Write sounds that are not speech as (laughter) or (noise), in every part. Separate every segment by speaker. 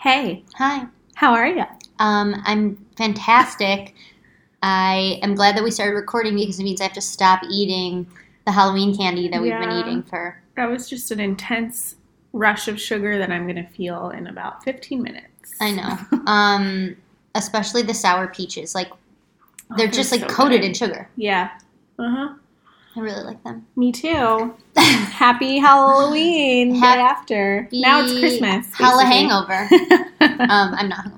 Speaker 1: Hey,
Speaker 2: Hi.
Speaker 1: how are you?
Speaker 2: Um, I'm fantastic. I am glad that we started recording because it means I have to stop eating the Halloween candy that we've been
Speaker 1: Yeah.
Speaker 2: eating for.
Speaker 1: That was just an intense rush of sugar that I'm going to feel in about 15 minutes.
Speaker 2: I know. Um, especially the sour peaches. Like
Speaker 1: Oh,
Speaker 2: they're just like
Speaker 1: so
Speaker 2: coated
Speaker 1: good.
Speaker 2: in sugar.
Speaker 1: Yeah. Uh huh.
Speaker 2: I really like them.
Speaker 1: Me too.
Speaker 2: (sighs)
Speaker 1: Happy Halloween day
Speaker 2: Happy-
Speaker 1: after. (laughs) Now it's Christmas.
Speaker 2: (laughs) Hella
Speaker 1: basically. (laughs)
Speaker 2: hangover. um, I'm not hungover.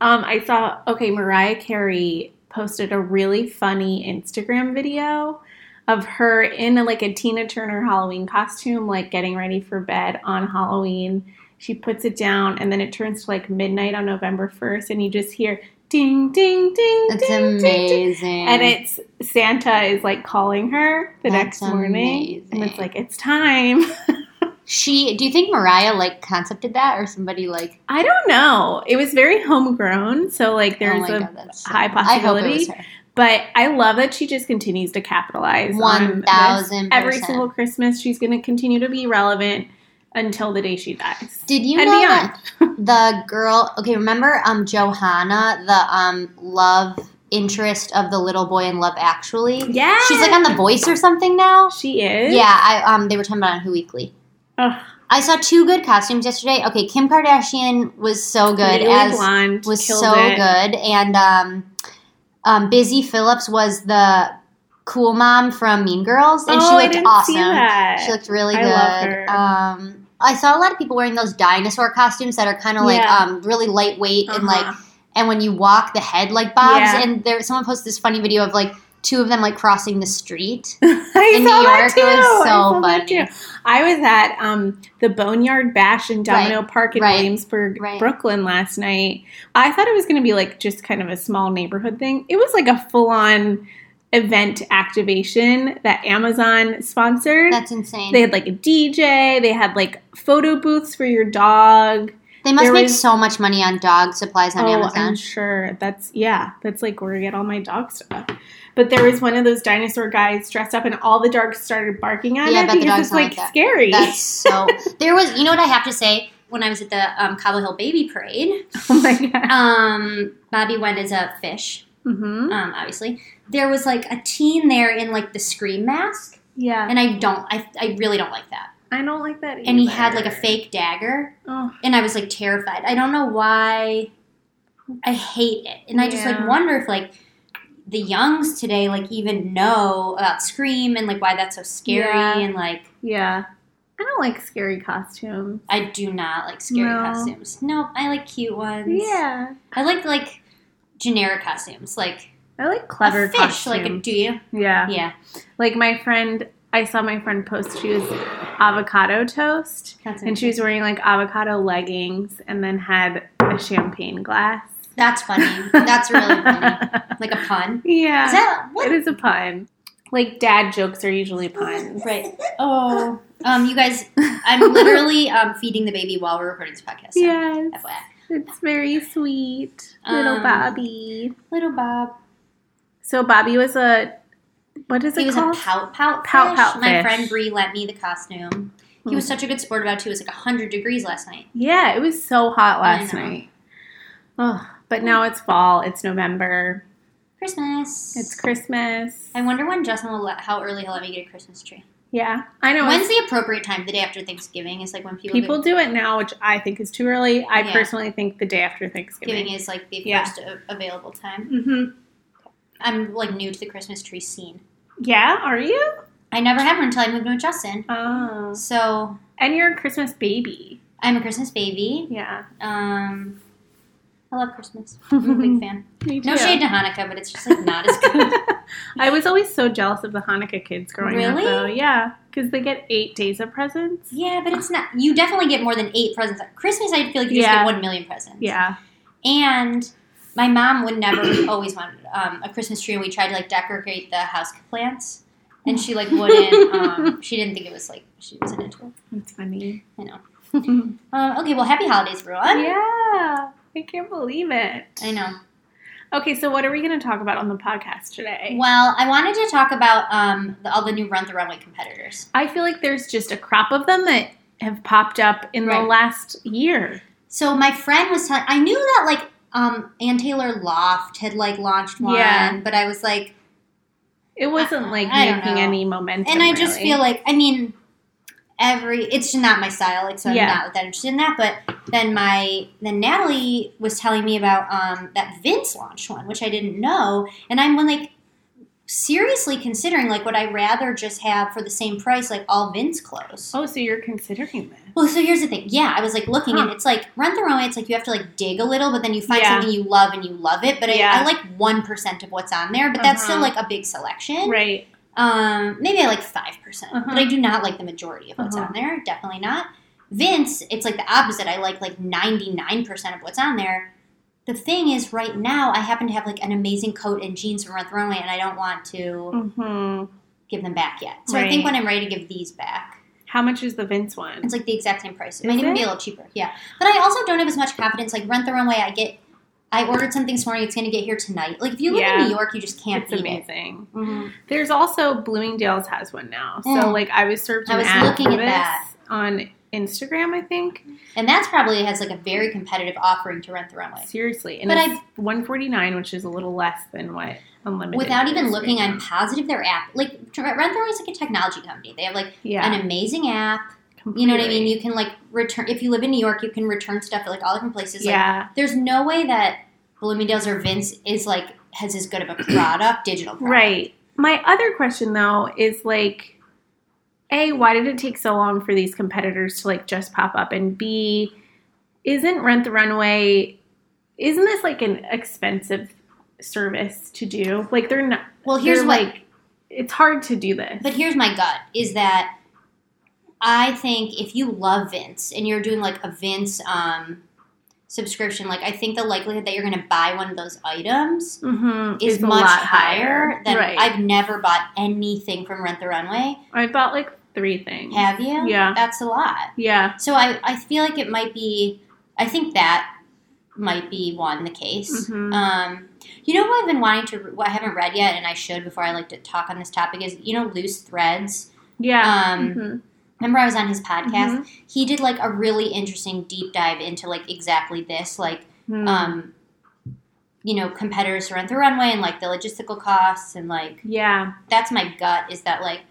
Speaker 1: um, I saw, okay, Mariah Carey posted a really funny Instagram video of her in like a Tina Turner Halloween costume, like getting ready for bed on Halloween. She puts it down and then it turns to like midnight on November 1st, and you just hear ding, ding, ding,
Speaker 2: It's
Speaker 1: ding, ding, ding.
Speaker 2: amazing.
Speaker 1: And it's Santa is like calling her the next
Speaker 2: That's
Speaker 1: morning. And it's
Speaker 2: amazing.
Speaker 1: like, it's time. (laughs)
Speaker 2: she do you think Mariah like concepted that or somebody like
Speaker 1: I don't know. It was very homegrown. So, like,
Speaker 2: oh
Speaker 1: there's
Speaker 2: my
Speaker 1: a
Speaker 2: God, that's so
Speaker 1: high
Speaker 2: cool. I hope it was
Speaker 1: possibility.
Speaker 2: her.
Speaker 1: But I love that she just continues to capitalize on
Speaker 2: One
Speaker 1: this.
Speaker 2: thousand
Speaker 1: Every
Speaker 2: percent.
Speaker 1: single Christmas, she's going to continue to be relevant until the day she dies.
Speaker 2: Did you
Speaker 1: and
Speaker 2: know
Speaker 1: beyond. (laughs)
Speaker 2: that the girl? Okay, remember um Johanna, the um love interest of the little boy in Love Actually?
Speaker 1: Yeah,
Speaker 2: She's like on The Voice or something now.
Speaker 1: She is.
Speaker 2: Yeah, I um they were talking about it on Who Weekly.
Speaker 1: Ugh.
Speaker 2: I saw two good costumes yesterday. Okay, Kim Kardashian was so good
Speaker 1: Legally
Speaker 2: as
Speaker 1: blonde
Speaker 2: was
Speaker 1: killed
Speaker 2: so
Speaker 1: it.
Speaker 2: good, and um, um Busy Phillips was the cool mom from Mean Girls,
Speaker 1: oh,
Speaker 2: and she
Speaker 1: I
Speaker 2: looked
Speaker 1: didn't
Speaker 2: awesome.
Speaker 1: see that.
Speaker 2: She looked really
Speaker 1: I
Speaker 2: good.
Speaker 1: love her.
Speaker 2: Um, I saw a lot of people wearing those dinosaur costumes that are kind of like
Speaker 1: Yeah.
Speaker 2: um, really lightweight and like,
Speaker 1: Uh-huh.
Speaker 2: and when you walk, the head like bobs.
Speaker 1: Yeah.
Speaker 2: And there, someone posted this funny video of like two of them like crossing
Speaker 1: (laughs)
Speaker 2: the street.
Speaker 1: I
Speaker 2: in
Speaker 1: saw
Speaker 2: New
Speaker 1: that
Speaker 2: York, it
Speaker 1: too.
Speaker 2: was
Speaker 1: I
Speaker 2: so
Speaker 1: saw that
Speaker 2: funny.
Speaker 1: too. I was at um, the Boneyard Bash in Domino Park in
Speaker 2: right,
Speaker 1: Williamsburg,
Speaker 2: right.
Speaker 1: Brooklyn last night. I thought it was going to be like just kind of a small neighborhood thing. It was like a full on event activation that Amazon sponsored.
Speaker 2: That's insane.
Speaker 1: they
Speaker 2: They,
Speaker 1: had like a DJ, they had like photo booths for your dog.
Speaker 2: must
Speaker 1: there
Speaker 2: make
Speaker 1: was-
Speaker 2: so much money on dog supplies on
Speaker 1: oh, I'm
Speaker 2: Amazon.
Speaker 1: sure. That's yeah. That's like where I get all my dog stuff. But there was one of those dinosaur guys dressed up, and all the dogs started barking at
Speaker 2: Yeah, I
Speaker 1: it
Speaker 2: bet the
Speaker 1: because
Speaker 2: dogs
Speaker 1: it's
Speaker 2: don't
Speaker 1: like,
Speaker 2: like that.
Speaker 1: scary.
Speaker 2: That's so. there was, you know what I have to say. When I was at the um, Cobble Hill Baby Parade,
Speaker 1: (laughs) oh my
Speaker 2: (laughs)
Speaker 1: god.
Speaker 2: um, Bobby went as a fish,
Speaker 1: hmm
Speaker 2: um, obviously. There was like a teen there in like the scream mask.
Speaker 1: Yeah,
Speaker 2: and I don't, I, I really don't like that.
Speaker 1: I don't like that. Either.
Speaker 2: And he had like a fake dagger,
Speaker 1: Oh,
Speaker 2: and I was like terrified. I don't know why. I hate it, and I just like
Speaker 1: Yeah.
Speaker 2: wonder if like the youngs today like even know about Scream and like why that's so scary
Speaker 1: Yeah.
Speaker 2: and like
Speaker 1: yeah. I don't like scary costumes.
Speaker 2: I do not like scary
Speaker 1: No.
Speaker 2: costumes. No, I like cute ones.
Speaker 1: Yeah,
Speaker 2: I like like generic costumes, like
Speaker 1: I like clever
Speaker 2: a fish, like a
Speaker 1: costumes.
Speaker 2: do you?
Speaker 1: yeah.
Speaker 2: Yeah,
Speaker 1: like my friend. I saw my friend post she was avocado toast,
Speaker 2: that's
Speaker 1: and she was wearing like avocado leggings, and then had a champagne glass.
Speaker 2: that's funny. That's really funny.
Speaker 1: (laughs)
Speaker 2: Like a pun.
Speaker 1: yeah,
Speaker 2: Is that what
Speaker 1: it is a pun. Like dad jokes are usually puns.
Speaker 2: Right. Oh. Um, you guys,
Speaker 1: (laughs)
Speaker 2: I'm literally um, feeding the baby while we're recording this podcast. so
Speaker 1: Yes,
Speaker 2: FYI.
Speaker 1: it's very sweet, little
Speaker 2: Um,
Speaker 1: Bobby.
Speaker 2: Little Bob.
Speaker 1: So Bobby was a what is
Speaker 2: he
Speaker 1: it
Speaker 2: was
Speaker 1: called?
Speaker 2: a pout pout
Speaker 1: Pout
Speaker 2: fish.
Speaker 1: pout
Speaker 2: My
Speaker 1: fish. Hmm.
Speaker 2: friend Bree lent me the costume. He was such a good sport about it too. It was like 100 degrees last night.
Speaker 1: yeah, it was so hot last
Speaker 2: know.
Speaker 1: night. Oh, but now it's fall. It's November.
Speaker 2: Christmas.
Speaker 1: It's Christmas.
Speaker 2: I wonder when Justin will let, how early he'll let me get a Christmas tree.
Speaker 1: yeah, I know. it's-
Speaker 2: When's the appropriate time? The day after Thanksgiving is like when people,
Speaker 1: People do it now, which I think is too early. I
Speaker 2: Yeah.
Speaker 1: personally think the day after
Speaker 2: Thanksgiving
Speaker 1: Thanksgiving.
Speaker 2: is like the
Speaker 1: Yeah.
Speaker 2: first a- available time.
Speaker 1: hmm
Speaker 2: I'm like new to the Christmas tree scene.
Speaker 1: Yeah, are you?
Speaker 2: I never had one until I moved in with Justin.
Speaker 1: Oh,
Speaker 2: So
Speaker 1: and you're a Christmas baby.
Speaker 2: I'm a Christmas baby.
Speaker 1: Yeah,
Speaker 2: Um, I love Christmas. I'm a
Speaker 1: (laughs)
Speaker 2: big fan.
Speaker 1: me too.
Speaker 2: No shade to Hanukkah, but it's just like not
Speaker 1: (laughs)
Speaker 2: as good.
Speaker 1: I was always so jealous of the Hanukkah kids growing up.
Speaker 2: Really?
Speaker 1: Though. Yeah, because they get eight days of presents.
Speaker 2: yeah, but it's not. You definitely get more than eight presents. Christmas, I feel like you just
Speaker 1: Yeah.
Speaker 2: get one million presents.
Speaker 1: Yeah.
Speaker 2: And my mom would never (coughs) we always wanted um, a Christmas tree, and we tried to like decorate the house with plants, and she like wouldn't.
Speaker 1: (laughs)
Speaker 2: Um, she didn't think it was like she wasn't into it.
Speaker 1: That's funny.
Speaker 2: I
Speaker 1: (laughs)
Speaker 2: know. Um, okay, well, happy holidays, everyone.
Speaker 1: yeah. I can't believe it.
Speaker 2: I know.
Speaker 1: Okay, so what are we going to talk about on the podcast today?
Speaker 2: Well, I wanted to talk about um, the, all the new Run the Runway competitors.
Speaker 1: I feel like there's just a crop of them that have popped up in the
Speaker 2: Right.
Speaker 1: last year.
Speaker 2: So my friend was telling. I knew that like um Ann Taylor Loft had like launched one,
Speaker 1: Yeah.
Speaker 2: but I was like,
Speaker 1: It wasn't like
Speaker 2: Uh, I don't
Speaker 1: making
Speaker 2: know.
Speaker 1: any momentum.
Speaker 2: and I just
Speaker 1: really.
Speaker 2: feel like I mean, every it's just not my style. Like, so I'm
Speaker 1: Yeah.
Speaker 2: not that interested in that. But then my then Natalie was telling me about um that Vince launched one, which I didn't know, and I'm like. Seriously considering, like, would I rather just have for the same price, like all Vince clothes?
Speaker 1: Oh, so you're considering this?
Speaker 2: Well, so here's the thing. Yeah, I was like looking, and
Speaker 1: Huh.
Speaker 2: it's like rent the runway. It's like you have to like dig a little, but then you find
Speaker 1: Yeah.
Speaker 2: something you love and you love it. But
Speaker 1: Yeah.
Speaker 2: I, I like one percent of what's on there, but that's still
Speaker 1: Uh-huh.
Speaker 2: like a big selection.
Speaker 1: Right.
Speaker 2: Um, maybe I like five percent,
Speaker 1: Uh-huh.
Speaker 2: but I do not like the majority of what's
Speaker 1: Uh-huh.
Speaker 2: on there. Definitely not. Vince, it's like the opposite. I like like ninety nine percent of what's on there. The thing is, right now I happen to have like an amazing coat and jeans from Rent the Runway, and I don't want to
Speaker 1: hmm
Speaker 2: give them back yet. So I think
Speaker 1: Right.
Speaker 2: when I'm ready to give these back,
Speaker 1: How much is the Vince one?
Speaker 2: it's like the exact same price. It
Speaker 1: Is
Speaker 2: might even
Speaker 1: it?
Speaker 2: be a little cheaper. Yeah. But I also don't have as much confidence. Like rent the runway, I get I ordered something this morning, it's gonna get here tonight. Like if you live
Speaker 1: Yeah.
Speaker 2: in New York, you just can't
Speaker 1: It's
Speaker 2: beat it.
Speaker 1: amazing.
Speaker 2: Mhm.
Speaker 1: There's also Bloomingdale's has one now. So
Speaker 2: Mm.
Speaker 1: like I was searching.
Speaker 2: I was
Speaker 1: at
Speaker 2: looking at
Speaker 1: this
Speaker 2: that.
Speaker 1: on Instagram. I think
Speaker 2: And that's probably has like a very competitive offering to rent the runway.
Speaker 1: seriously, and
Speaker 2: But
Speaker 1: it's 149, which is a little less than what unlimited.
Speaker 2: Without even
Speaker 1: is
Speaker 2: looking
Speaker 1: right
Speaker 2: I'm
Speaker 1: now.
Speaker 2: positive their app like to- rent the runway is like a technology company. They have like
Speaker 1: yeah,
Speaker 2: an amazing app. You know what I mean?
Speaker 1: completely.
Speaker 2: You can like return if you live in New York, you can return stuff at like all different places. Like
Speaker 1: yeah,
Speaker 2: there's no way that Bloomingdale's or Vince is like has as good of a (clears throat) product, digital product.
Speaker 1: right. My other question though is like, a why did it take so long for these competitors to like just pop up, and b isn't Rent the Runway? Isn't this like an expensive service to do? Like they're not.
Speaker 2: Well here's
Speaker 1: they're,
Speaker 2: what
Speaker 1: like it's hard to do this.
Speaker 2: But here's my gut is that I think if you love Vince and you're doing like a Vince um, subscription, like I think the likelihood that you're going to buy one of those items
Speaker 1: hmm
Speaker 2: is
Speaker 1: a
Speaker 2: much
Speaker 1: lot
Speaker 2: higher, than
Speaker 1: right. I've,
Speaker 2: I've never bought anything from Rent the Runway.
Speaker 1: bought like three things.
Speaker 2: Have you?
Speaker 1: Yeah.
Speaker 2: That's a lot.
Speaker 1: Yeah.
Speaker 2: So I, I feel like it might be, I think that might be one, the case.
Speaker 1: Mhm.
Speaker 2: Um, you know what I've been wanting to, what I haven't read yet, and I should before I like to talk on this topic is, you know, Loose Threads?
Speaker 1: Yeah.
Speaker 2: Um,
Speaker 1: Mhm.
Speaker 2: remember I was on his podcast.
Speaker 1: Mhm.
Speaker 2: He did like a really interesting deep dive into like exactly this, like
Speaker 1: Mhm.
Speaker 2: um, you know, competitors to rent the runway and like the logistical costs and like
Speaker 1: yeah.
Speaker 2: that's my gut is that like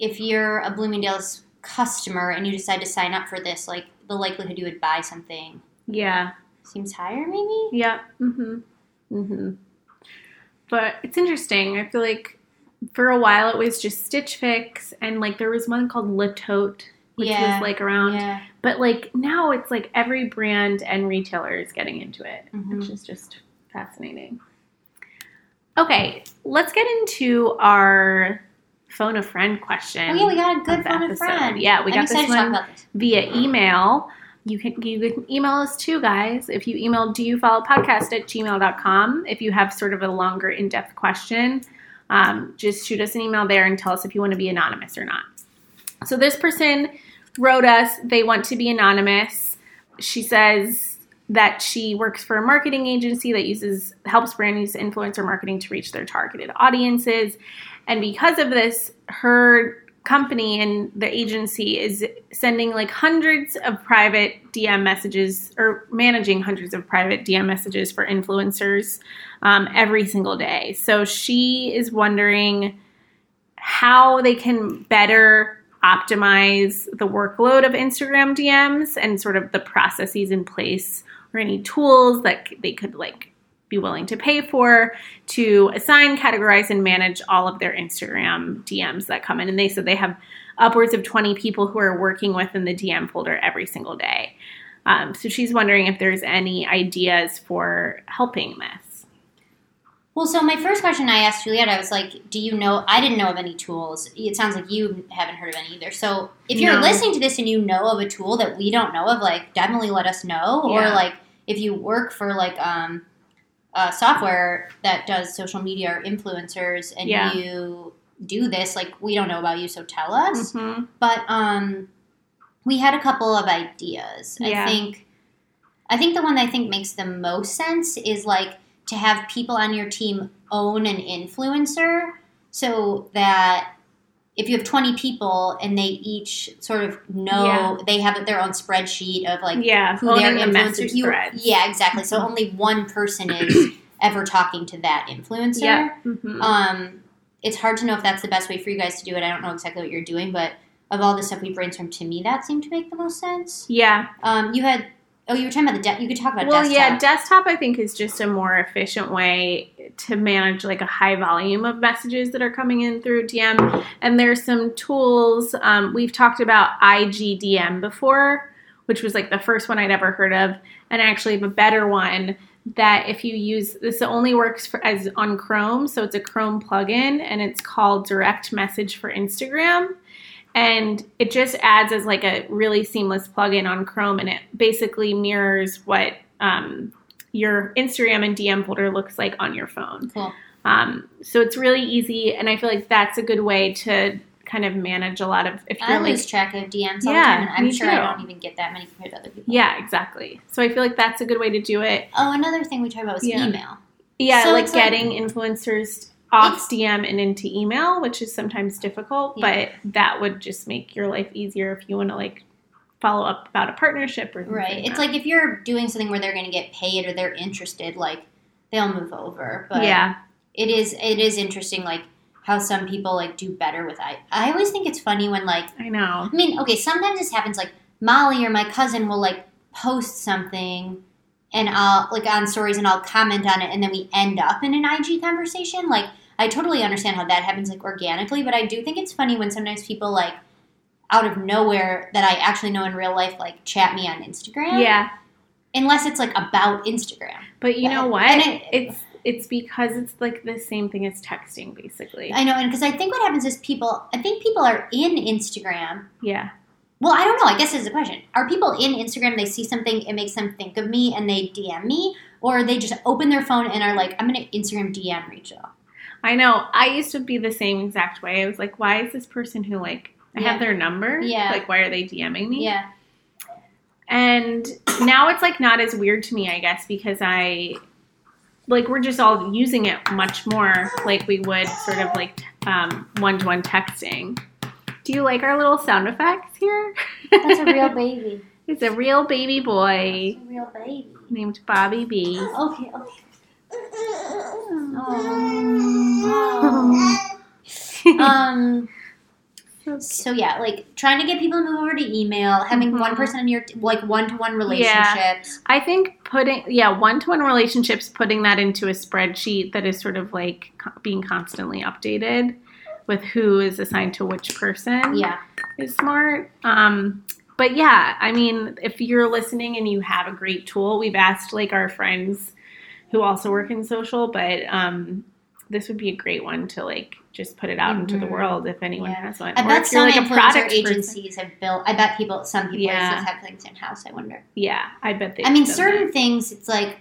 Speaker 2: if you're a Bloomingdale's customer and you decide to sign up for this, like the likelihood you would buy something
Speaker 1: Yeah.
Speaker 2: seems higher maybe.
Speaker 1: Yeah. Mhm.
Speaker 2: Mm-hmm.
Speaker 1: Mhm. But it's interesting. I feel like for a while it was just Stitch Fix, and like there was one called Lip Tote, which
Speaker 2: Yeah.
Speaker 1: was like around.
Speaker 2: Yeah.
Speaker 1: But like now it's like every brand and retailer is getting into it.
Speaker 2: Mhm.
Speaker 1: which is just fascinating. Okay, let's get into our phone a friend question.
Speaker 2: Oh yeah, we got a
Speaker 1: of
Speaker 2: good
Speaker 1: the
Speaker 2: phone a
Speaker 1: episode.
Speaker 2: friend.
Speaker 1: Yeah, we
Speaker 2: I'm
Speaker 1: got this
Speaker 2: excited to talk
Speaker 1: one
Speaker 2: about this.
Speaker 1: via email. You can you can email us too, guys. If you email do you follow podcast at gmail.com. If you have sort of a longer in-depth question, um, just shoot us an email there and tell us if you want to be anonymous or not. So this person wrote us, they want to be anonymous. She says that she works for a marketing agency that uses helps brand use influencer marketing to reach their targeted audiences. And because of this, her company and the agency is sending like hundreds of private DM messages or managing hundreds of private DM messages for influencers um, every single day. So she is wondering how they can better optimize the workload of Instagram DMs and sort of the processes in place or any tools that c- they could like be willing to pay for to assign, categorize, and manage all of their Instagram DMs that come in. And they said they have upwards of 20 people who are working within the DM folder every single day. Um, so she's wondering if there's any ideas for helping this.
Speaker 2: Well, so my first question I asked Juliet, I was like, "Do you know?" I didn't know of any tools. It sounds like you haven't heard of any either. So, if you're
Speaker 1: No.
Speaker 2: listening to this and you know of a tool that we don't know of, like definitely let us know. Or
Speaker 1: Yeah.
Speaker 2: like if you work for like um, uh, software that does social media or influencers, and
Speaker 1: Yeah.
Speaker 2: you do this, like we don't know about you, so tell us
Speaker 1: Mhm.
Speaker 2: but um, we had a couple of ideas.
Speaker 1: Yeah.
Speaker 2: I think I think the one that I think makes the most sense is like to have people on your team own an influencer so that if you have 20 people and they each sort of know
Speaker 1: Yeah.
Speaker 2: they have their own spreadsheet of like
Speaker 1: yeah,
Speaker 2: who
Speaker 1: owning
Speaker 2: their
Speaker 1: the
Speaker 2: influencer
Speaker 1: message
Speaker 2: you,
Speaker 1: threads.
Speaker 2: yeah exactly so only one
Speaker 1: (clears throat)
Speaker 2: person is ever talking to that influencer
Speaker 1: Yeah. Mhm.
Speaker 2: um it's hard to know if that's the best way for you guys to do it i don't know exactly what you're doing but of all the stuff we brainstormed to me that seemed to make the most sense
Speaker 1: yeah.
Speaker 2: um you had oh you were talking about the de- you could talk about
Speaker 1: Well,
Speaker 2: desktop
Speaker 1: yeah, desktop I think is just a more efficient way to manage like a high volume of messages that are coming in through DM. And there's some tools. Um, we've talked about IGDM before, which was like the first one I'd ever heard of, and I actually have a better one that if you use this only works for, as on Chrome, so it's a Chrome plugin, and it's called Direct Message for Instagram and it just adds as like a really seamless plugin on Chrome, and it basically mirrors what um, your Instagram and DM folder looks like on your phone.
Speaker 2: Cool.
Speaker 1: Um, so it's really easy, and I feel like that's a good way to kind of manage a lot of if
Speaker 2: I
Speaker 1: you're like
Speaker 2: lose track of DMs all
Speaker 1: Yeah,
Speaker 2: the time, and I'm
Speaker 1: me
Speaker 2: sure
Speaker 1: too.
Speaker 2: I don't even get that many compared to other people.
Speaker 1: yeah exactly. So I feel like that's a good way to do it.
Speaker 2: Oh, another thing we talked about was
Speaker 1: Yeah.
Speaker 2: email.
Speaker 1: Yeah,
Speaker 2: So
Speaker 1: like
Speaker 2: it's like-
Speaker 1: getting influencers off
Speaker 2: It's-
Speaker 1: DM and into email, which is sometimes difficult,
Speaker 2: Yeah.
Speaker 1: but that would just make your life easier if you want to like follow up about a partnership or things
Speaker 2: Right. It's
Speaker 1: that.
Speaker 2: like if you're doing something where they're going to get paid or they're interested, like they'll move over. But
Speaker 1: yeah.
Speaker 2: it is it is interesting, like how some people like do better with I. I always think it's funny when like
Speaker 1: I know.
Speaker 2: I mean, okay, sometimes this happens. Like Molly or my cousin will like post something, and I'll like on stories, and I'll comment on it, and then we end up in an IG conversation. Like I totally understand how that happens, like organically, but I do think it's funny when sometimes people like out of nowhere that I actually know in real life like chat me on Instagram.
Speaker 1: Yeah,
Speaker 2: unless it's like about Instagram.
Speaker 1: but you know
Speaker 2: But-
Speaker 1: what?
Speaker 2: and it-
Speaker 1: it's it's because it's like the same thing as texting, basically.
Speaker 2: I know, and because I think what happens is people, I think people are in Instagram
Speaker 1: yeah,
Speaker 2: Well, I don't know. I guess it's a question. Are people in Instagram, they see something, it makes them think of me and they DM me? Or they just open their phone and are like, I'm going to Instagram DM Rachel.
Speaker 1: I know. I used to be the same exact way. I was like, why is this person who like I
Speaker 2: Yeah.
Speaker 1: have their number?
Speaker 2: Yeah.
Speaker 1: like why are they DMing me?
Speaker 2: Yeah.
Speaker 1: And now it's like not as weird to me, I guess, because I like we're just all using it much more, like we would sort of like um, one-to-one texting. Do you like our little sound effects here?
Speaker 2: That's
Speaker 1: (laughs)
Speaker 2: a real baby.
Speaker 1: It's a real baby boy
Speaker 2: That's a real baby.
Speaker 1: named Bobby B.
Speaker 2: (laughs) Oh, Okay, okay.
Speaker 1: Oh.
Speaker 2: Oh. um, so yeah, like trying to get people to move over to email, having
Speaker 1: Mhm.
Speaker 2: one person in your, like one to one
Speaker 1: Yeah.
Speaker 2: relationships.
Speaker 1: I think putting, yeah, one to one relationships, putting that into a spreadsheet that is sort of like co- being constantly updated with who is assigned to which person
Speaker 2: Yeah.
Speaker 1: is smart. Um, but yeah, I mean, if you're listening and you have a great tool, we've asked like our friends who also work in social, but um, this would be a great one to like just put it out into the
Speaker 2: Mhm.
Speaker 1: world if anyone
Speaker 2: Yeah.
Speaker 1: has one.
Speaker 2: I
Speaker 1: Or
Speaker 2: bet
Speaker 1: if you're
Speaker 2: some
Speaker 1: like a
Speaker 2: influencer
Speaker 1: product person.
Speaker 2: agencies have built. I bet people, some people
Speaker 1: Yeah.
Speaker 2: agencies have things in house. I wonder.
Speaker 1: Yeah, I bet they.
Speaker 2: I mean,
Speaker 1: done
Speaker 2: certain
Speaker 1: that.
Speaker 2: things. It's like,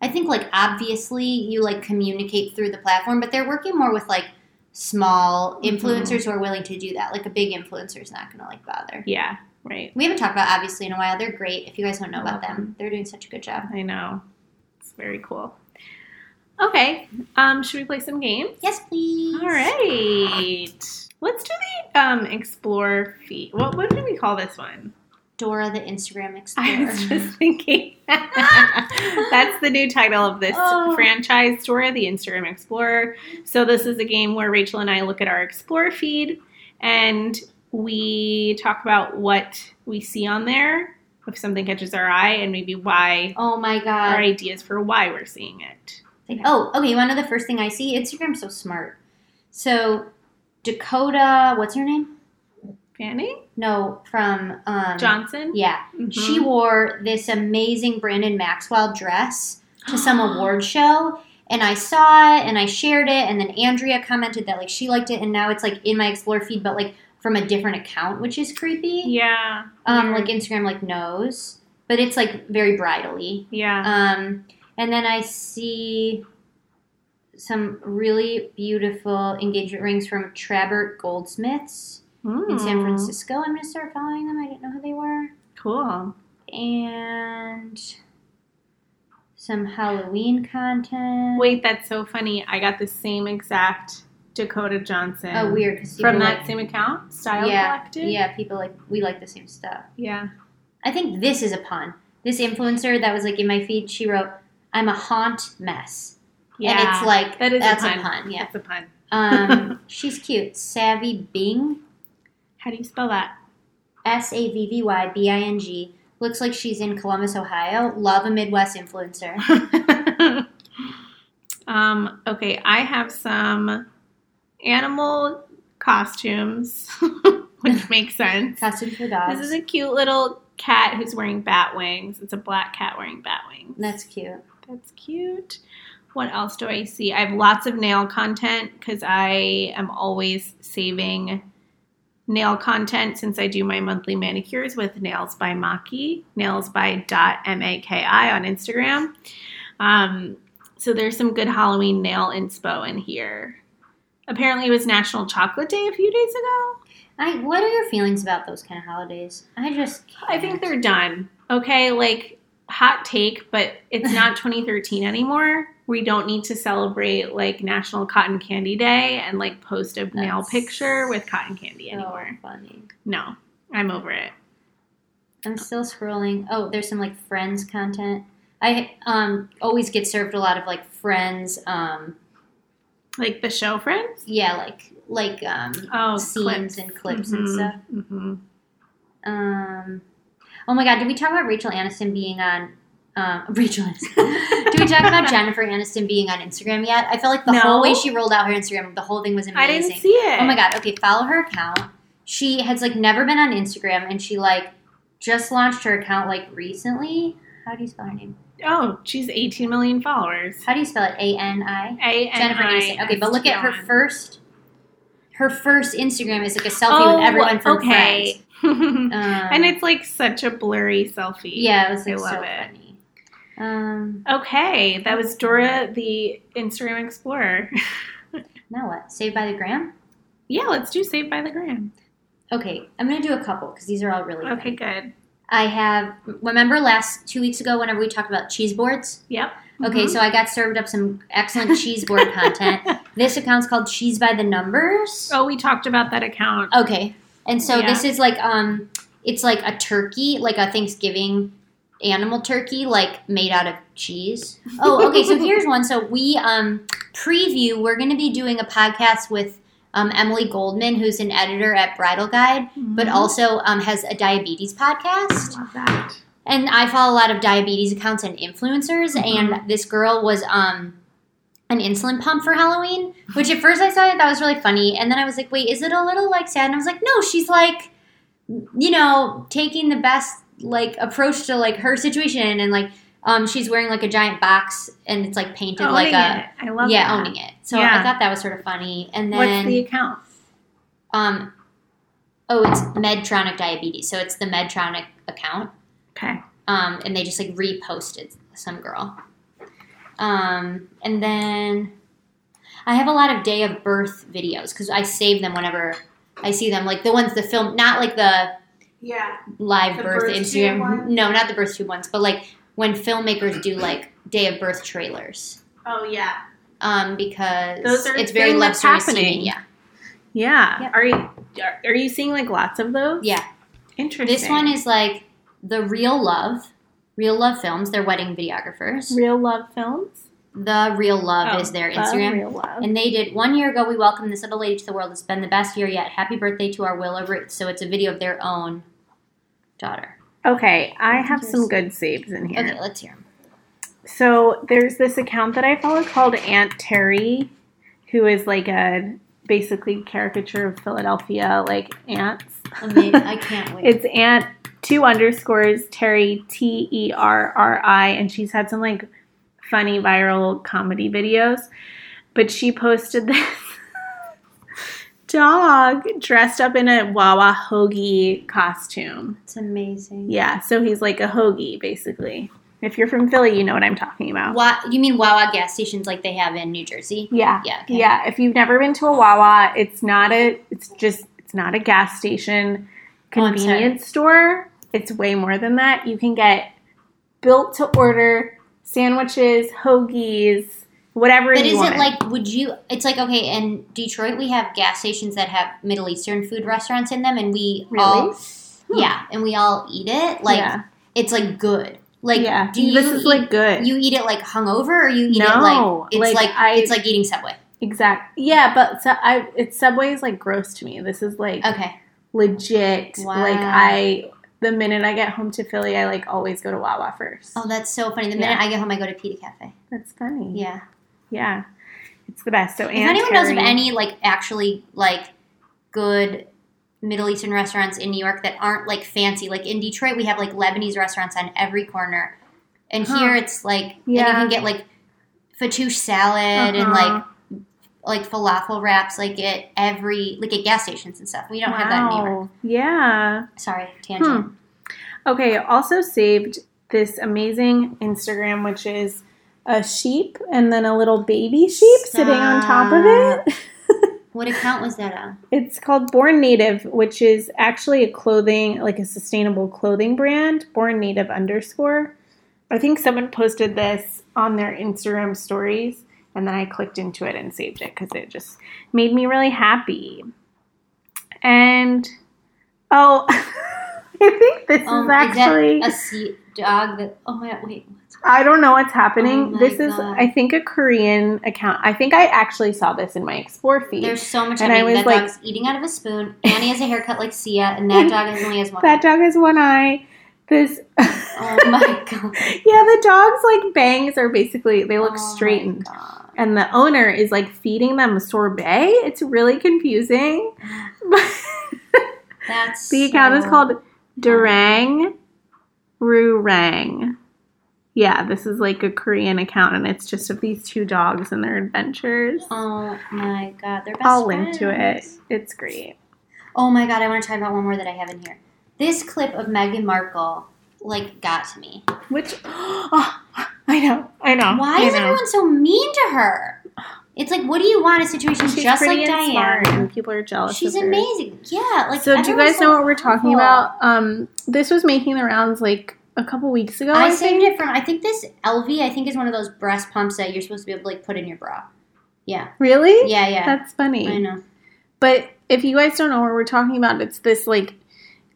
Speaker 2: I think like obviously you like communicate through the platform, but they're working more with like small
Speaker 1: Mhm.
Speaker 2: influencers who are willing to do that. Like a big influencer is not going to like bother.
Speaker 1: Yeah, right.
Speaker 2: We haven't talked about obviously in a while. They're great. If you guys don't know
Speaker 1: I
Speaker 2: about
Speaker 1: love
Speaker 2: them,
Speaker 1: them.
Speaker 2: they're doing such a good job.
Speaker 1: I know. It's very cool. Okay. Um, should we play some games?
Speaker 2: Yes, please.
Speaker 1: All right. Let's do the um, explore feat. What what do we call this one?
Speaker 2: Dora the Instagram
Speaker 1: (laughs) I
Speaker 2: Explorer.
Speaker 1: was just thinking. (laughs) That's the new title of this
Speaker 2: Oh.
Speaker 1: franchise, Dora the Instagram Explorer. So this is a game where Rachel and I look at our Explore feed and we talk about what we see on there, if something catches our eye, and maybe why
Speaker 2: oh my god.
Speaker 1: our ideas for why we're seeing it.
Speaker 2: Like, oh, okay. You want to know the first thing I see? Instagram's so smart. So, Dakota, what's her name?
Speaker 1: Fanny
Speaker 2: No, from um,
Speaker 1: Johnson. Mm-hmm.
Speaker 2: Yeah, she wore this amazing Brandon Maxwell dress to some award show, and I saw it and I shared it, and then Andrea commented that like she liked it, and now it's like in my Explore feed, but like from a different account, which is creepy.
Speaker 1: Yeah.
Speaker 2: Um,
Speaker 1: Weird.
Speaker 2: like Instagram like knows, but it's like very bridally.
Speaker 1: yeah.
Speaker 2: Um, and then I see some really beautiful engagement rings from Trabert Goldsmiths Uh, in San
Speaker 1: Mm,
Speaker 2: Francisco. I'm gonna start following them. I didn't know who they were.
Speaker 1: Cool.
Speaker 2: And some Halloween content.
Speaker 1: Wait, that's so funny. I got the same exact Dakota Johnson.
Speaker 2: Oh, weird. 'cause people
Speaker 1: um, From that
Speaker 2: like-
Speaker 1: same account, Style
Speaker 2: yeah,
Speaker 1: Collective.
Speaker 2: Yeah, people like we like the same stuff.
Speaker 1: Yeah.
Speaker 2: I think this is a pun. This influencer that was like in my feed, she wrote, "I'm a haunt mess,"
Speaker 1: Yeah.
Speaker 2: and it's like
Speaker 1: That is a
Speaker 2: that's
Speaker 1: pun.
Speaker 2: Yeah,
Speaker 1: (laughs) That's a pun.
Speaker 2: um, she's cute. Savvy Bing,
Speaker 1: How do you spell that? (laughs)
Speaker 2: S A V V Y B I N G. Looks like she's in Columbus, Ohio. Love a Midwest influencer.
Speaker 1: um, okay, I have some animal costumes, (laughs)
Speaker 2: (laughs)
Speaker 1: which makes sense.
Speaker 2: Costume for
Speaker 1: This
Speaker 2: dogs.
Speaker 1: is a cute little cat who's wearing bat wings. It's a black cat wearing bat wings.
Speaker 2: that's cute.
Speaker 1: That's cute. What else do I see? I have lots of nail content because I am always saving nail content since I do my monthly manicures with Nails by Maki, nails by dot M-A-K-I on Instagram. Um, so there's some good Halloween nail inspo in here. Apparently it was National Chocolate Day a few days ago.
Speaker 2: I. What are your feelings about those kind of holidays? I just.
Speaker 1: I
Speaker 2: can't.
Speaker 1: think they're done. Okay, like hot take, but it's
Speaker 2: (laughs)
Speaker 1: not 2013 anymore. We don't need to celebrate like National Cotton Candy Day and like post a nail
Speaker 2: That's Oh.
Speaker 1: picture with cotton candy
Speaker 2: so
Speaker 1: anymore.
Speaker 2: funny.
Speaker 1: No, I'm over it.
Speaker 2: I'm still scrolling. Oh, there's some like Friends content. I um always get served a lot of like Friends. Um,
Speaker 1: Like the show friends.
Speaker 2: yeah, like like um
Speaker 1: Oh,
Speaker 2: scenes and clips and
Speaker 1: Mhm,
Speaker 2: stuff.
Speaker 1: mhm.
Speaker 2: Um, oh my God, did we talk about Rachel Aniston being on? Um, (laughs) Rachel Aniston. did we
Speaker 1: (laughs)
Speaker 2: talk about Jennifer Aniston being on Instagram yet? I felt like the
Speaker 1: No.
Speaker 2: whole way she rolled out her Instagram, the whole thing was amazing.
Speaker 1: I didn't see it.
Speaker 2: Oh my god, okay, follow her account. She has like never been on Instagram and she like just launched her account like recently. How do you spell her name?
Speaker 1: Oh, she's 18 million followers.
Speaker 2: How do you spell it? A N I?
Speaker 1: A N
Speaker 2: Jennifer
Speaker 1: I
Speaker 2: Aniston. Okay, but look at her
Speaker 1: S T O N.
Speaker 2: first her first Instagram is like a selfie
Speaker 1: Oh,
Speaker 2: with everyone from
Speaker 1: okay.
Speaker 2: Friends.
Speaker 1: (laughs) and
Speaker 2: Um,
Speaker 1: it's like such a blurry selfie.
Speaker 2: yeah, it was
Speaker 1: I
Speaker 2: like so
Speaker 1: love it.
Speaker 2: funny. Um,
Speaker 1: Okay, that was Dora the Instagram Explorer. (laughs)
Speaker 2: now what? Saved by the Gram?
Speaker 1: yeah, let's do Saved by the Gram.
Speaker 2: Okay, I'm gonna do a couple because these are all really
Speaker 1: Okay,
Speaker 2: funny.
Speaker 1: good.
Speaker 2: I have remember last two weeks ago whenever we talked about cheese boards.
Speaker 1: Yep.
Speaker 2: Okay,
Speaker 1: Mm-hmm.
Speaker 2: so I got served up some excellent cheese board content. This account's called Cheese by the Numbers.
Speaker 1: Oh, we talked about that account.
Speaker 2: Okay. And so
Speaker 1: Yeah.
Speaker 2: this is like um it's like a turkey, like a Thanksgiving animal turkey like made out of cheese. Oh, okay, so here's one. So we um preview we're going to be doing a podcast with um, Emily Goldman, who's an editor at Bridal Guide, Oh, but also um, has a diabetes podcast.
Speaker 1: Mm-hmm. I love that.
Speaker 2: And I follow a lot of diabetes accounts and influencers,
Speaker 1: Mhm.
Speaker 2: and this girl was um an insulin pump for Halloween, which at first I saw it that was really funny, and then I was like, wait, is it a little like sad? And I was like, no, she's like, you know, taking the best like approach to like her situation, and like um she's wearing like a giant box, and it's like painted
Speaker 1: Owning
Speaker 2: like
Speaker 1: it.
Speaker 2: a
Speaker 1: Oh, I love
Speaker 2: yeah
Speaker 1: that.
Speaker 2: owning it. So
Speaker 1: Yeah.
Speaker 2: I thought that was sort of funny, and
Speaker 1: What's
Speaker 2: then
Speaker 1: the account?
Speaker 2: um oh, it's Medtronic diabetes, so it's the Medtronic account
Speaker 1: Okay.
Speaker 2: um, and they just like reposted some girl. Um, and then I have a lot of day of birth videos because I save them whenever I see them, like the ones the film, not like the
Speaker 1: Yeah.
Speaker 2: live
Speaker 1: The
Speaker 2: birth
Speaker 1: birth tube
Speaker 2: Instagram.
Speaker 1: one?
Speaker 2: No, not the birth tube ones, but like when filmmakers do like day of birth trailers.
Speaker 1: Oh yeah.
Speaker 2: Um, because
Speaker 1: Those are
Speaker 2: it's very
Speaker 1: things
Speaker 2: love
Speaker 1: that's
Speaker 2: service
Speaker 1: happening.
Speaker 2: Yeah,
Speaker 1: Yeah.
Speaker 2: Yep.
Speaker 1: Are you are, are you seeing like lots of those?
Speaker 2: yeah.
Speaker 1: Interesting.
Speaker 2: This one is like the real love, real love films. They're wedding videographers.
Speaker 1: Real Love Films.
Speaker 2: The real love
Speaker 1: Oh,
Speaker 2: is their
Speaker 1: Love,
Speaker 2: Instagram.
Speaker 1: Real Love.
Speaker 2: And they did one year ago. We welcomed this little lady to the world. It's been the best year yet. Happy birthday to our Willow Ruth. So it's a video of their own daughter.
Speaker 1: Okay, I have some good saves in here.
Speaker 2: Okay, let's hear them.
Speaker 1: So there's this account that I follow called Aunt Terry, who is like a basically caricature of Philadelphia, like ants.
Speaker 2: I can't wait.
Speaker 1: It's Aunt two underscores Terry T E R R I, and she's had some like funny viral comedy videos. But she posted (laughs) this dog dressed up in a Wawa hoagie costume.
Speaker 2: It's amazing.
Speaker 1: Yeah, so he's like a hoagie basically. If you're from Philly, you know what I'm talking about.
Speaker 2: Wa- you mean Wawa gas stations like they have in New Jersey?
Speaker 1: Yeah.
Speaker 2: Yeah. Okay.
Speaker 1: Yeah, if you've never been to a Wawa, it's not a it's just it's not a gas station
Speaker 2: Oh, I'm sorry.
Speaker 1: convenience store. It's way more than that. You can get built to order sandwiches, hoagies, whatever
Speaker 2: But
Speaker 1: you
Speaker 2: is
Speaker 1: want.
Speaker 2: it like would you? It's like okay, in Detroit we have gas stations that have Middle Eastern food restaurants in them, and we
Speaker 1: really?
Speaker 2: all yeah, and we all eat it. Like
Speaker 1: yeah.
Speaker 2: it's like good. Like
Speaker 1: yeah.
Speaker 2: do you
Speaker 1: this is
Speaker 2: eat,
Speaker 1: like good.
Speaker 2: you eat it like hungover, or you eat it
Speaker 1: No,
Speaker 2: like it's
Speaker 1: like,
Speaker 2: like,
Speaker 1: I-
Speaker 2: it's like eating Subway.
Speaker 1: exact. Yeah, but so I it's Subway is like gross to me. This is like
Speaker 2: Okay,
Speaker 1: legit.
Speaker 2: Wow.
Speaker 1: Like I the minute I get home to Philly, I like always go to Wawa first.
Speaker 2: oh that's so funny. The minute I get home, I go to Pita Cafe.
Speaker 1: That's funny.
Speaker 2: Yeah.
Speaker 1: Yeah. It's the best. So
Speaker 2: if
Speaker 1: Aunt
Speaker 2: anyone knows of
Speaker 1: Carrie-
Speaker 2: any like actually like good Middle Eastern restaurants in New York that aren't like fancy, like in Detroit we have like Lebanese restaurants on every corner, and
Speaker 1: Huh.
Speaker 2: here it's like and
Speaker 1: Yeah.
Speaker 2: you can get like fattoush salad and
Speaker 1: Uh-huh.
Speaker 2: like like falafel wraps like at every like at gas stations and stuff. We don't have that in New York.
Speaker 1: Wow. Hmm. Yeah.
Speaker 2: Sorry, tangent.
Speaker 1: Okay. Also saved this amazing Instagram, which is a sheep and then a little baby sheep sitting on top of it.
Speaker 2: What account was that on?
Speaker 1: It's called Born Native, which is actually a clothing, like a sustainable clothing brand, Born Native underscore. I think someone posted this on their Instagram stories, and then I clicked into it and saved it because it just made me really happy. And oh, (laughs) I think this
Speaker 2: Um,
Speaker 1: is actually.
Speaker 2: is that a sea dog that? Oh my god! Wait, what's
Speaker 1: I don't know what's happening.
Speaker 2: Oh my
Speaker 1: this is,
Speaker 2: God.
Speaker 1: I think, a Korean account. I think I actually saw this in my Explore feed.
Speaker 2: There's so much.
Speaker 1: And
Speaker 2: I
Speaker 1: I
Speaker 2: mean,
Speaker 1: was
Speaker 2: that
Speaker 1: like-
Speaker 2: dog's eating out of a spoon. Annie has a haircut like Sia, and that dog has only has one.
Speaker 1: that dog has one eye. This. (laughs)
Speaker 2: oh my god!
Speaker 1: Yeah, the dog's like bangs are basically (laughs) they look
Speaker 2: Oh my
Speaker 1: straightened.
Speaker 2: God.
Speaker 1: And the owner is like feeding them sorbet. It's really confusing.
Speaker 2: That's
Speaker 1: the account is
Speaker 2: so-
Speaker 1: called Durang Rurang. Yeah, this is like a Korean account and it's just of these two dogs and their adventures.
Speaker 2: Oh my god! They're best
Speaker 1: I'll link to it.
Speaker 2: friends.
Speaker 1: It's great.
Speaker 2: Oh my god! I want to talk about one more that I have in here. This clip of Meghan Markle like got to me. (gasps)
Speaker 1: Which oh, (gasps) I know. I know.
Speaker 2: Why
Speaker 1: Oh, I
Speaker 2: is
Speaker 1: know.
Speaker 2: everyone so mean to her? It's like, what do you want? A situation
Speaker 1: She's
Speaker 2: just
Speaker 1: pretty
Speaker 2: like
Speaker 1: and
Speaker 2: Diane.
Speaker 1: smart and people are jealous.
Speaker 2: She's
Speaker 1: of her.
Speaker 2: amazing. Yeah. Like.
Speaker 1: so do you
Speaker 2: everyone's
Speaker 1: guys know what we're talking
Speaker 2: awful.
Speaker 1: about? Um, this was making the rounds like a couple weeks ago.
Speaker 2: I
Speaker 1: I,
Speaker 2: saved
Speaker 1: think.
Speaker 2: it from. I think this LV. I think is one of those breast pumps that you're supposed to be able to like put in your bra. Yeah.
Speaker 1: Really?
Speaker 2: Yeah. Yeah.
Speaker 1: That's
Speaker 2: I
Speaker 1: funny.
Speaker 2: know.
Speaker 1: But if you guys don't know what we're talking about, it's this like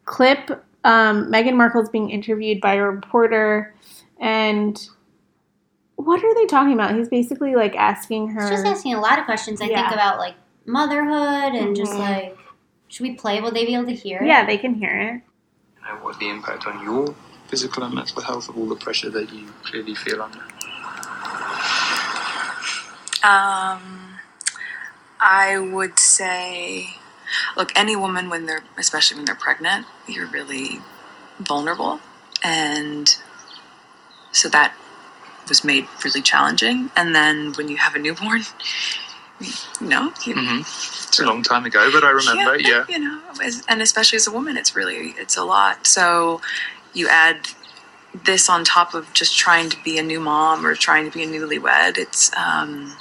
Speaker 1: clip. Um, Meghan Markle's being interviewed by a reporter, and what are they talking about? He's basically like asking her.
Speaker 2: It's just asking a lot of questions. I
Speaker 1: Yeah.
Speaker 2: think about like motherhood and just
Speaker 1: Mhm.
Speaker 2: like should we play? Will they be able to hear? it?
Speaker 1: yeah, they can hear it.
Speaker 3: know, what's the impact on your physical and mental health of all the pressure that you clearly feel under?
Speaker 4: Um, I would say, look, any woman when they're, especially when they're pregnant, you're really vulnerable, and so that was made really challenging. And then when you have a newborn, (laughs) you know, you,
Speaker 3: Mm-hmm. It's a long time ago, but I remember. Yeah.
Speaker 4: you know, as, and especially as a woman, it's really it's a lot. So you add this on top of just trying to be a new mom or trying to be a newlywed. It's um,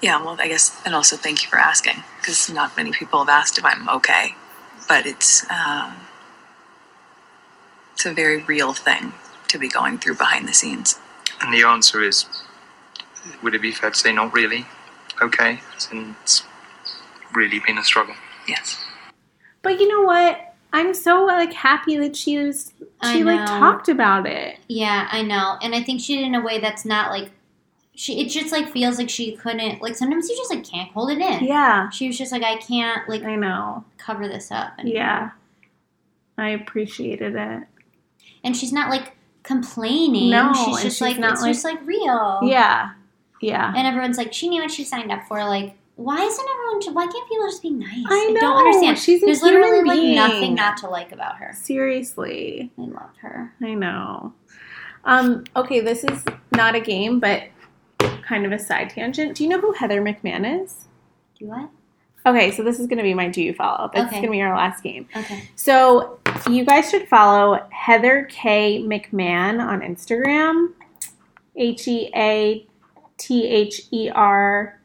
Speaker 4: yeah. Well, I guess, and also thank you for asking because not many people have asked if I'm okay, but it's um, it's a very real thing to be going through behind the scenes.
Speaker 3: And the answer is, would it be fair to say not really? Okay, since it's really been a struggle.
Speaker 4: Yes.
Speaker 1: But you know what? I'm so like happy that she was
Speaker 2: I
Speaker 1: she like
Speaker 2: know.
Speaker 1: talked about it.
Speaker 2: Yeah, I know. And I think she did in a way that's not like she. It just like feels like she couldn't. Like sometimes you just like can't hold it in.
Speaker 1: Yeah,
Speaker 2: She was just like, I can't like
Speaker 1: I know.
Speaker 2: cover this up. And,
Speaker 1: Yeah, I appreciated it.
Speaker 2: And she's not like complaining.
Speaker 1: No,
Speaker 2: she's
Speaker 1: and
Speaker 2: just
Speaker 1: she's
Speaker 2: like
Speaker 1: not,
Speaker 2: it's
Speaker 1: like-
Speaker 2: just like real.
Speaker 1: Yeah, yeah.
Speaker 2: And everyone's like, she knew what she signed up for. Like, why isn't everyone? Why can't people just be nice?
Speaker 1: I know.
Speaker 2: don't understand.
Speaker 1: She's a
Speaker 2: There's
Speaker 1: human
Speaker 2: literally
Speaker 1: being.
Speaker 2: like nothing not to like about her.
Speaker 1: Seriously,
Speaker 2: I love her.
Speaker 1: I know. Um, okay, this is not a game, but kind of a side tangent. Do you know who Heather McMahon is?
Speaker 2: Do what?
Speaker 1: Okay, so this is going to be my do you follow up. It's
Speaker 2: Okay.
Speaker 1: going to be our last game.
Speaker 2: Okay.
Speaker 1: So you guys should follow Heather K McMahon on Instagram. H E A T H E R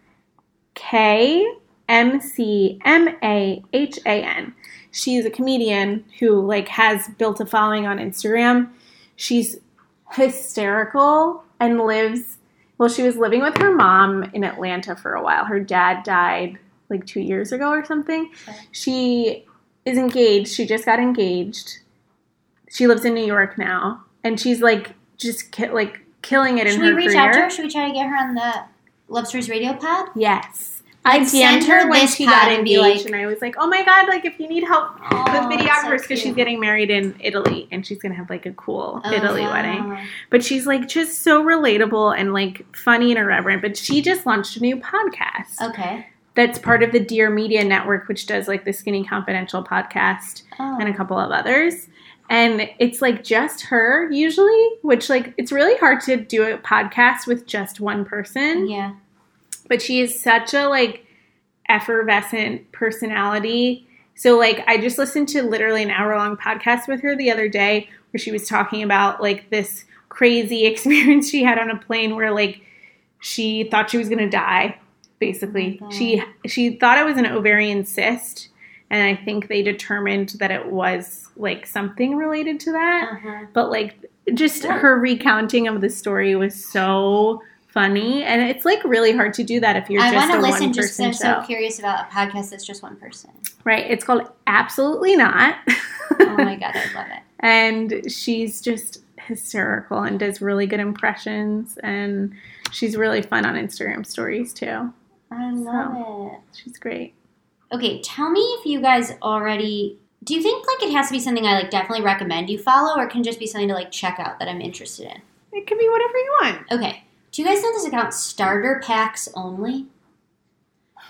Speaker 1: K M C M A H A N. She's a comedian who like has built a following on Instagram. She's hysterical. and lives. Well, she was living with her mom in Atlanta for a while. Her dad died like two years ago or something.
Speaker 2: Okay.
Speaker 1: She is engaged. She just got engaged. She lives in New York now, and she's like just ki- like killing it in
Speaker 2: Should we
Speaker 1: her
Speaker 2: reach
Speaker 1: career.
Speaker 2: out to her? Should we try to get her on the Love Stories Radio pod?
Speaker 1: Yes. I
Speaker 2: Like,
Speaker 1: DM'd
Speaker 2: send
Speaker 1: her
Speaker 2: her
Speaker 1: when
Speaker 2: this
Speaker 1: she
Speaker 2: pod
Speaker 1: got
Speaker 2: and be
Speaker 1: engaged,
Speaker 2: like-
Speaker 1: and I was like, "Oh my god! Like, if you need help with
Speaker 2: Oh, that's so
Speaker 1: videographers, because she's
Speaker 2: cute.
Speaker 1: getting married in Italy, and she's gonna have like a cool
Speaker 2: Oh,
Speaker 1: Italy
Speaker 2: wow.
Speaker 1: wedding." But she's like just so relatable and like funny and irreverent. But she just launched a new podcast
Speaker 2: Okay.
Speaker 1: that's part of the Dear Media Network, which does like the Skinny Confidential podcast
Speaker 2: Oh.
Speaker 1: and a couple of others. And it's like just her usually, which like it's really hard to do a podcast with just one person
Speaker 2: yeah.
Speaker 1: but she is such a like effervescent personality. So like I just listened to literally an hour long podcast with her the other day where she was talking about like this crazy (laughs) experience she had on a plane where like she thought she was going to die basically.
Speaker 2: Oh my God.
Speaker 1: she she thought it was an ovarian cyst and I think they determined that it was like something related to that
Speaker 2: Uh-huh.
Speaker 1: but like just
Speaker 2: Yeah.
Speaker 1: her recounting of the story was so funny and it's like really hard to do that if you're
Speaker 2: I
Speaker 1: just
Speaker 2: want
Speaker 1: a
Speaker 2: to
Speaker 1: one
Speaker 2: listen just
Speaker 1: person
Speaker 2: because I'm
Speaker 1: show
Speaker 2: so curious about a podcast that's just one
Speaker 1: (laughs)
Speaker 2: person.
Speaker 1: right it's called absolutely not
Speaker 2: Oh
Speaker 1: (laughs)
Speaker 2: my god, I love it.
Speaker 1: and she's just hysterical and does really good impressions and she's really fun on instagram stories too
Speaker 2: I love it.
Speaker 1: she's great
Speaker 2: Okay, tell me if you guys already do you think like it has to be something I like definitely recommend you follow or it can just be something to like check out that I'm interested in?
Speaker 1: it can be whatever you want
Speaker 2: Okay. Do you guys know this account starter packs only?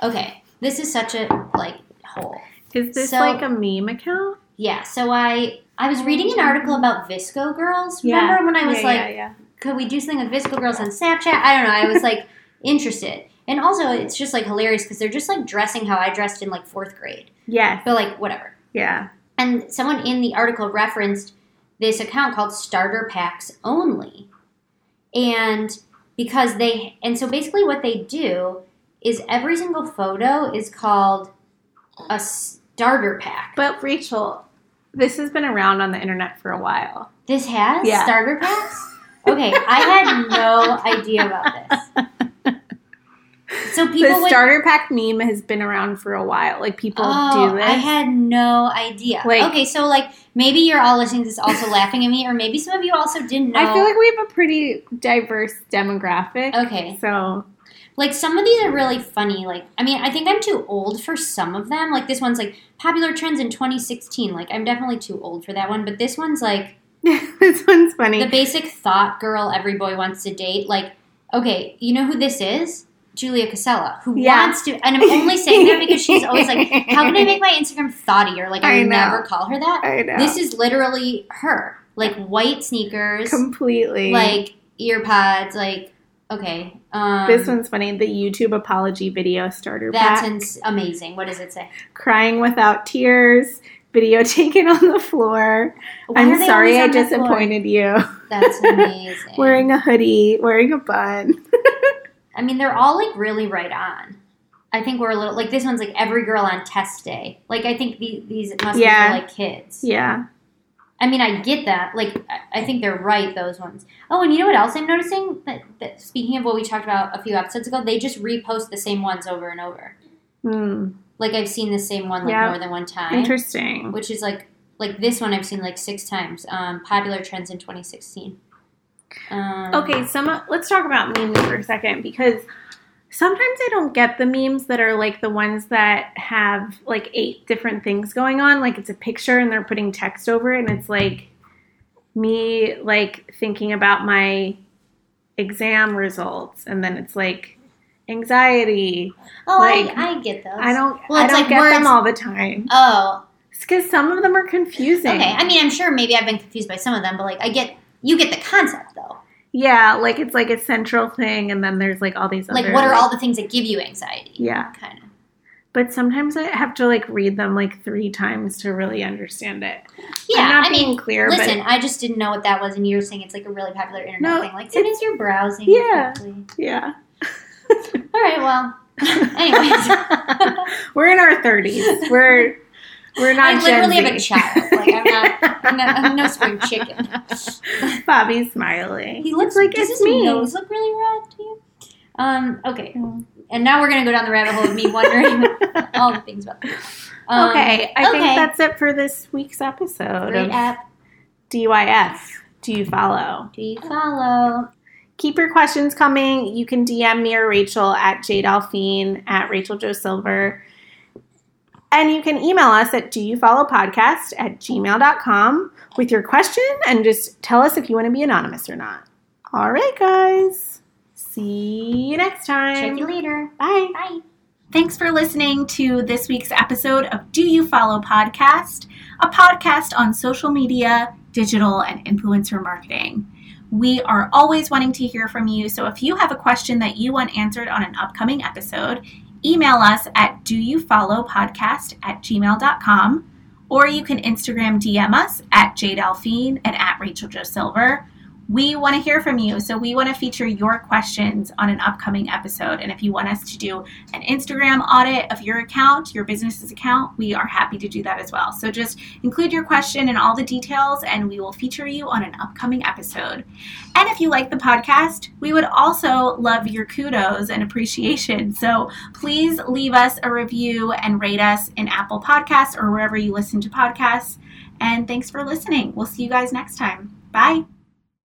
Speaker 2: Okay. This is such a like hole.
Speaker 1: is this
Speaker 2: So-
Speaker 1: like a meme account
Speaker 2: Yeah, so I I was reading an article about Visco girls. Remember when I was
Speaker 1: Yeah,
Speaker 2: like
Speaker 1: yeah, yeah.
Speaker 2: could we do something with Visco Girls on Snapchat? I don't know. I was like (laughs) interested. And also, it's just like hilarious because they're just like dressing how I dressed in like fourth grade.
Speaker 1: yes
Speaker 2: But like, whatever.
Speaker 1: yeah
Speaker 2: And someone in the article referenced this account called Starter Packs Only. And because they, and so basically what they do is every single photo is called a starter pack.
Speaker 1: but rachel this has been around on the internet for a while
Speaker 2: This has
Speaker 1: Yeah.
Speaker 2: starter packs?
Speaker 1: (laughs)
Speaker 2: Okay, I had no idea about this. So people
Speaker 1: the
Speaker 2: would
Speaker 1: starter pack meme has been around for a while. Like people
Speaker 2: oh,
Speaker 1: do this.
Speaker 2: I had no idea.
Speaker 1: Like-
Speaker 2: okay, so like maybe you're all listening to this also laughing at me, or maybe some of you also didn't know.
Speaker 1: I feel like we have a pretty diverse demographic.
Speaker 2: okay,
Speaker 1: So (laughs)
Speaker 2: like some of these are really funny. Like I mean, I think I'm too old for some of them. Like this one's like popular trends in 2016. Like I'm definitely too old for that one. But this one's like
Speaker 1: this one's funny.
Speaker 2: the basic thought girl every boy wants to date. Like okay, you know who this is? Julia Casella, who
Speaker 1: Yeah.
Speaker 2: wants to, and I'm only saying that because she's always
Speaker 1: (laughs)
Speaker 2: like, "How can I make my Instagram thoughtier?" Like
Speaker 1: I
Speaker 2: I, would
Speaker 1: know.
Speaker 2: never call her that.
Speaker 1: (laughs) I know.
Speaker 2: This is literally her. Like white sneakers,
Speaker 1: completely
Speaker 2: like ear pods, like okay. Um
Speaker 1: this one's funny. The YouTube apology video starter
Speaker 2: that's
Speaker 1: pack.
Speaker 2: ins- amazing. What does it say?
Speaker 1: Crying without tears. Video (laughs) taken on the floor.
Speaker 2: Why are
Speaker 1: I'm
Speaker 2: they
Speaker 1: sorry
Speaker 2: always
Speaker 1: I
Speaker 2: on the floor?
Speaker 1: disappointed you. (laughs)
Speaker 2: That's amazing.
Speaker 1: wearing a hoodie, wearing a bun.
Speaker 2: I mean, they're all like really right on. I think we're a little like this one's like every girl on test day. Like I think the- these must
Speaker 1: Yeah.
Speaker 2: be for like kids.
Speaker 1: Yeah.
Speaker 2: I mean, I get that. Like, I- I think they're right, those ones. Oh, and you know what else I'm noticing? That, that speaking of what we talked about a few episodes ago, they just repost the same ones over and over.
Speaker 1: Hmm.
Speaker 2: Like, I've seen the same one like
Speaker 1: Yeah.
Speaker 2: more than one time,
Speaker 1: Interesting.
Speaker 2: which is like like this one I've seen like six times. Um, popular trends in 2016. Um,
Speaker 1: Okay, some let's talk about memes for a second because sometimes I don't get the memes that are like the ones that have like eight different things going on. Like it's a picture and they're putting text over it, and it's like me like thinking about my exam results, and then it's like anxiety.
Speaker 2: Oh,
Speaker 1: like,
Speaker 2: I, I get those.
Speaker 1: I don't.
Speaker 2: Well,
Speaker 1: I
Speaker 2: it's
Speaker 1: don't
Speaker 2: like
Speaker 1: get them
Speaker 2: words-
Speaker 1: all the time
Speaker 2: Oh,
Speaker 1: because some of them are confusing.
Speaker 2: okay. I mean, I'm sure maybe I've been confused by some of them, but like I get you get the concept though.
Speaker 1: yeah, like it's like a central thing, and then there's like all these
Speaker 2: Like,
Speaker 1: other
Speaker 2: what are all the things that give you anxiety?
Speaker 1: yeah.
Speaker 2: Kind of.
Speaker 1: But sometimes I have to like read them like three times to really understand it.
Speaker 2: Yeah,
Speaker 1: I'm not
Speaker 2: I mean,
Speaker 1: being clear,
Speaker 2: Listen,
Speaker 1: but
Speaker 2: I just didn't know what that was, and you were saying it's like a really popular internet
Speaker 1: No,
Speaker 2: thing. Like sometimes you're browsing.
Speaker 1: yeah.
Speaker 2: quickly.
Speaker 1: (laughs) yeah,
Speaker 2: All right. Well. Anyways.
Speaker 1: (laughs) we're in our thirties. We're We're not.
Speaker 2: I literally
Speaker 1: Gen
Speaker 2: have a
Speaker 1: Z.
Speaker 2: child. Like I'm not, I'm not, I'm no spring
Speaker 1: (laughs)
Speaker 2: chicken.
Speaker 1: Bobby's smiling. (laughs)
Speaker 2: He looks
Speaker 1: He's like
Speaker 2: does
Speaker 1: it's
Speaker 2: his
Speaker 1: me.
Speaker 2: nose look really red to you? Um, okay, and now we're gonna go down the rabbit hole of me wondering (laughs) all the things about. Them. Um,
Speaker 1: okay, I think
Speaker 2: okay.
Speaker 1: that's it for this week's episode
Speaker 2: Great
Speaker 1: of
Speaker 2: app.
Speaker 1: DYF. Do you follow?
Speaker 2: Do you follow?
Speaker 1: Keep your questions coming. You can DM me or Rachel at jdelphine at Rachel Jo Silver. And you can email us at doyoufollowpodcast at gmail.com with your question and just tell us if you want to be anonymous or not. All right, guys. See you next time.
Speaker 2: Check you later.
Speaker 1: Bye.
Speaker 2: Bye.
Speaker 1: Thanks for listening to this week's episode of Do You Follow Podcast, a podcast on social media, digital, and influencer marketing. We are always wanting to hear from you, so if you have a question that you want answered on an upcoming episode, email us at doyoufollowpodcast at gmail.com, or you can Instagram DM us at jdelphine and at Rachel Jo Silver. We want to hear from you, so we want to feature your questions on an upcoming episode. And if you want us to do an Instagram audit of your account, your business's account, we are happy to do that as well. So just include your question and all the details, and we will feature you on an upcoming episode. And if you like the podcast, we would also love your kudos and appreciation. So please leave us a review and rate us in Apple Podcasts or wherever you listen to podcasts. And thanks for listening. We'll see you guys next time. Bye.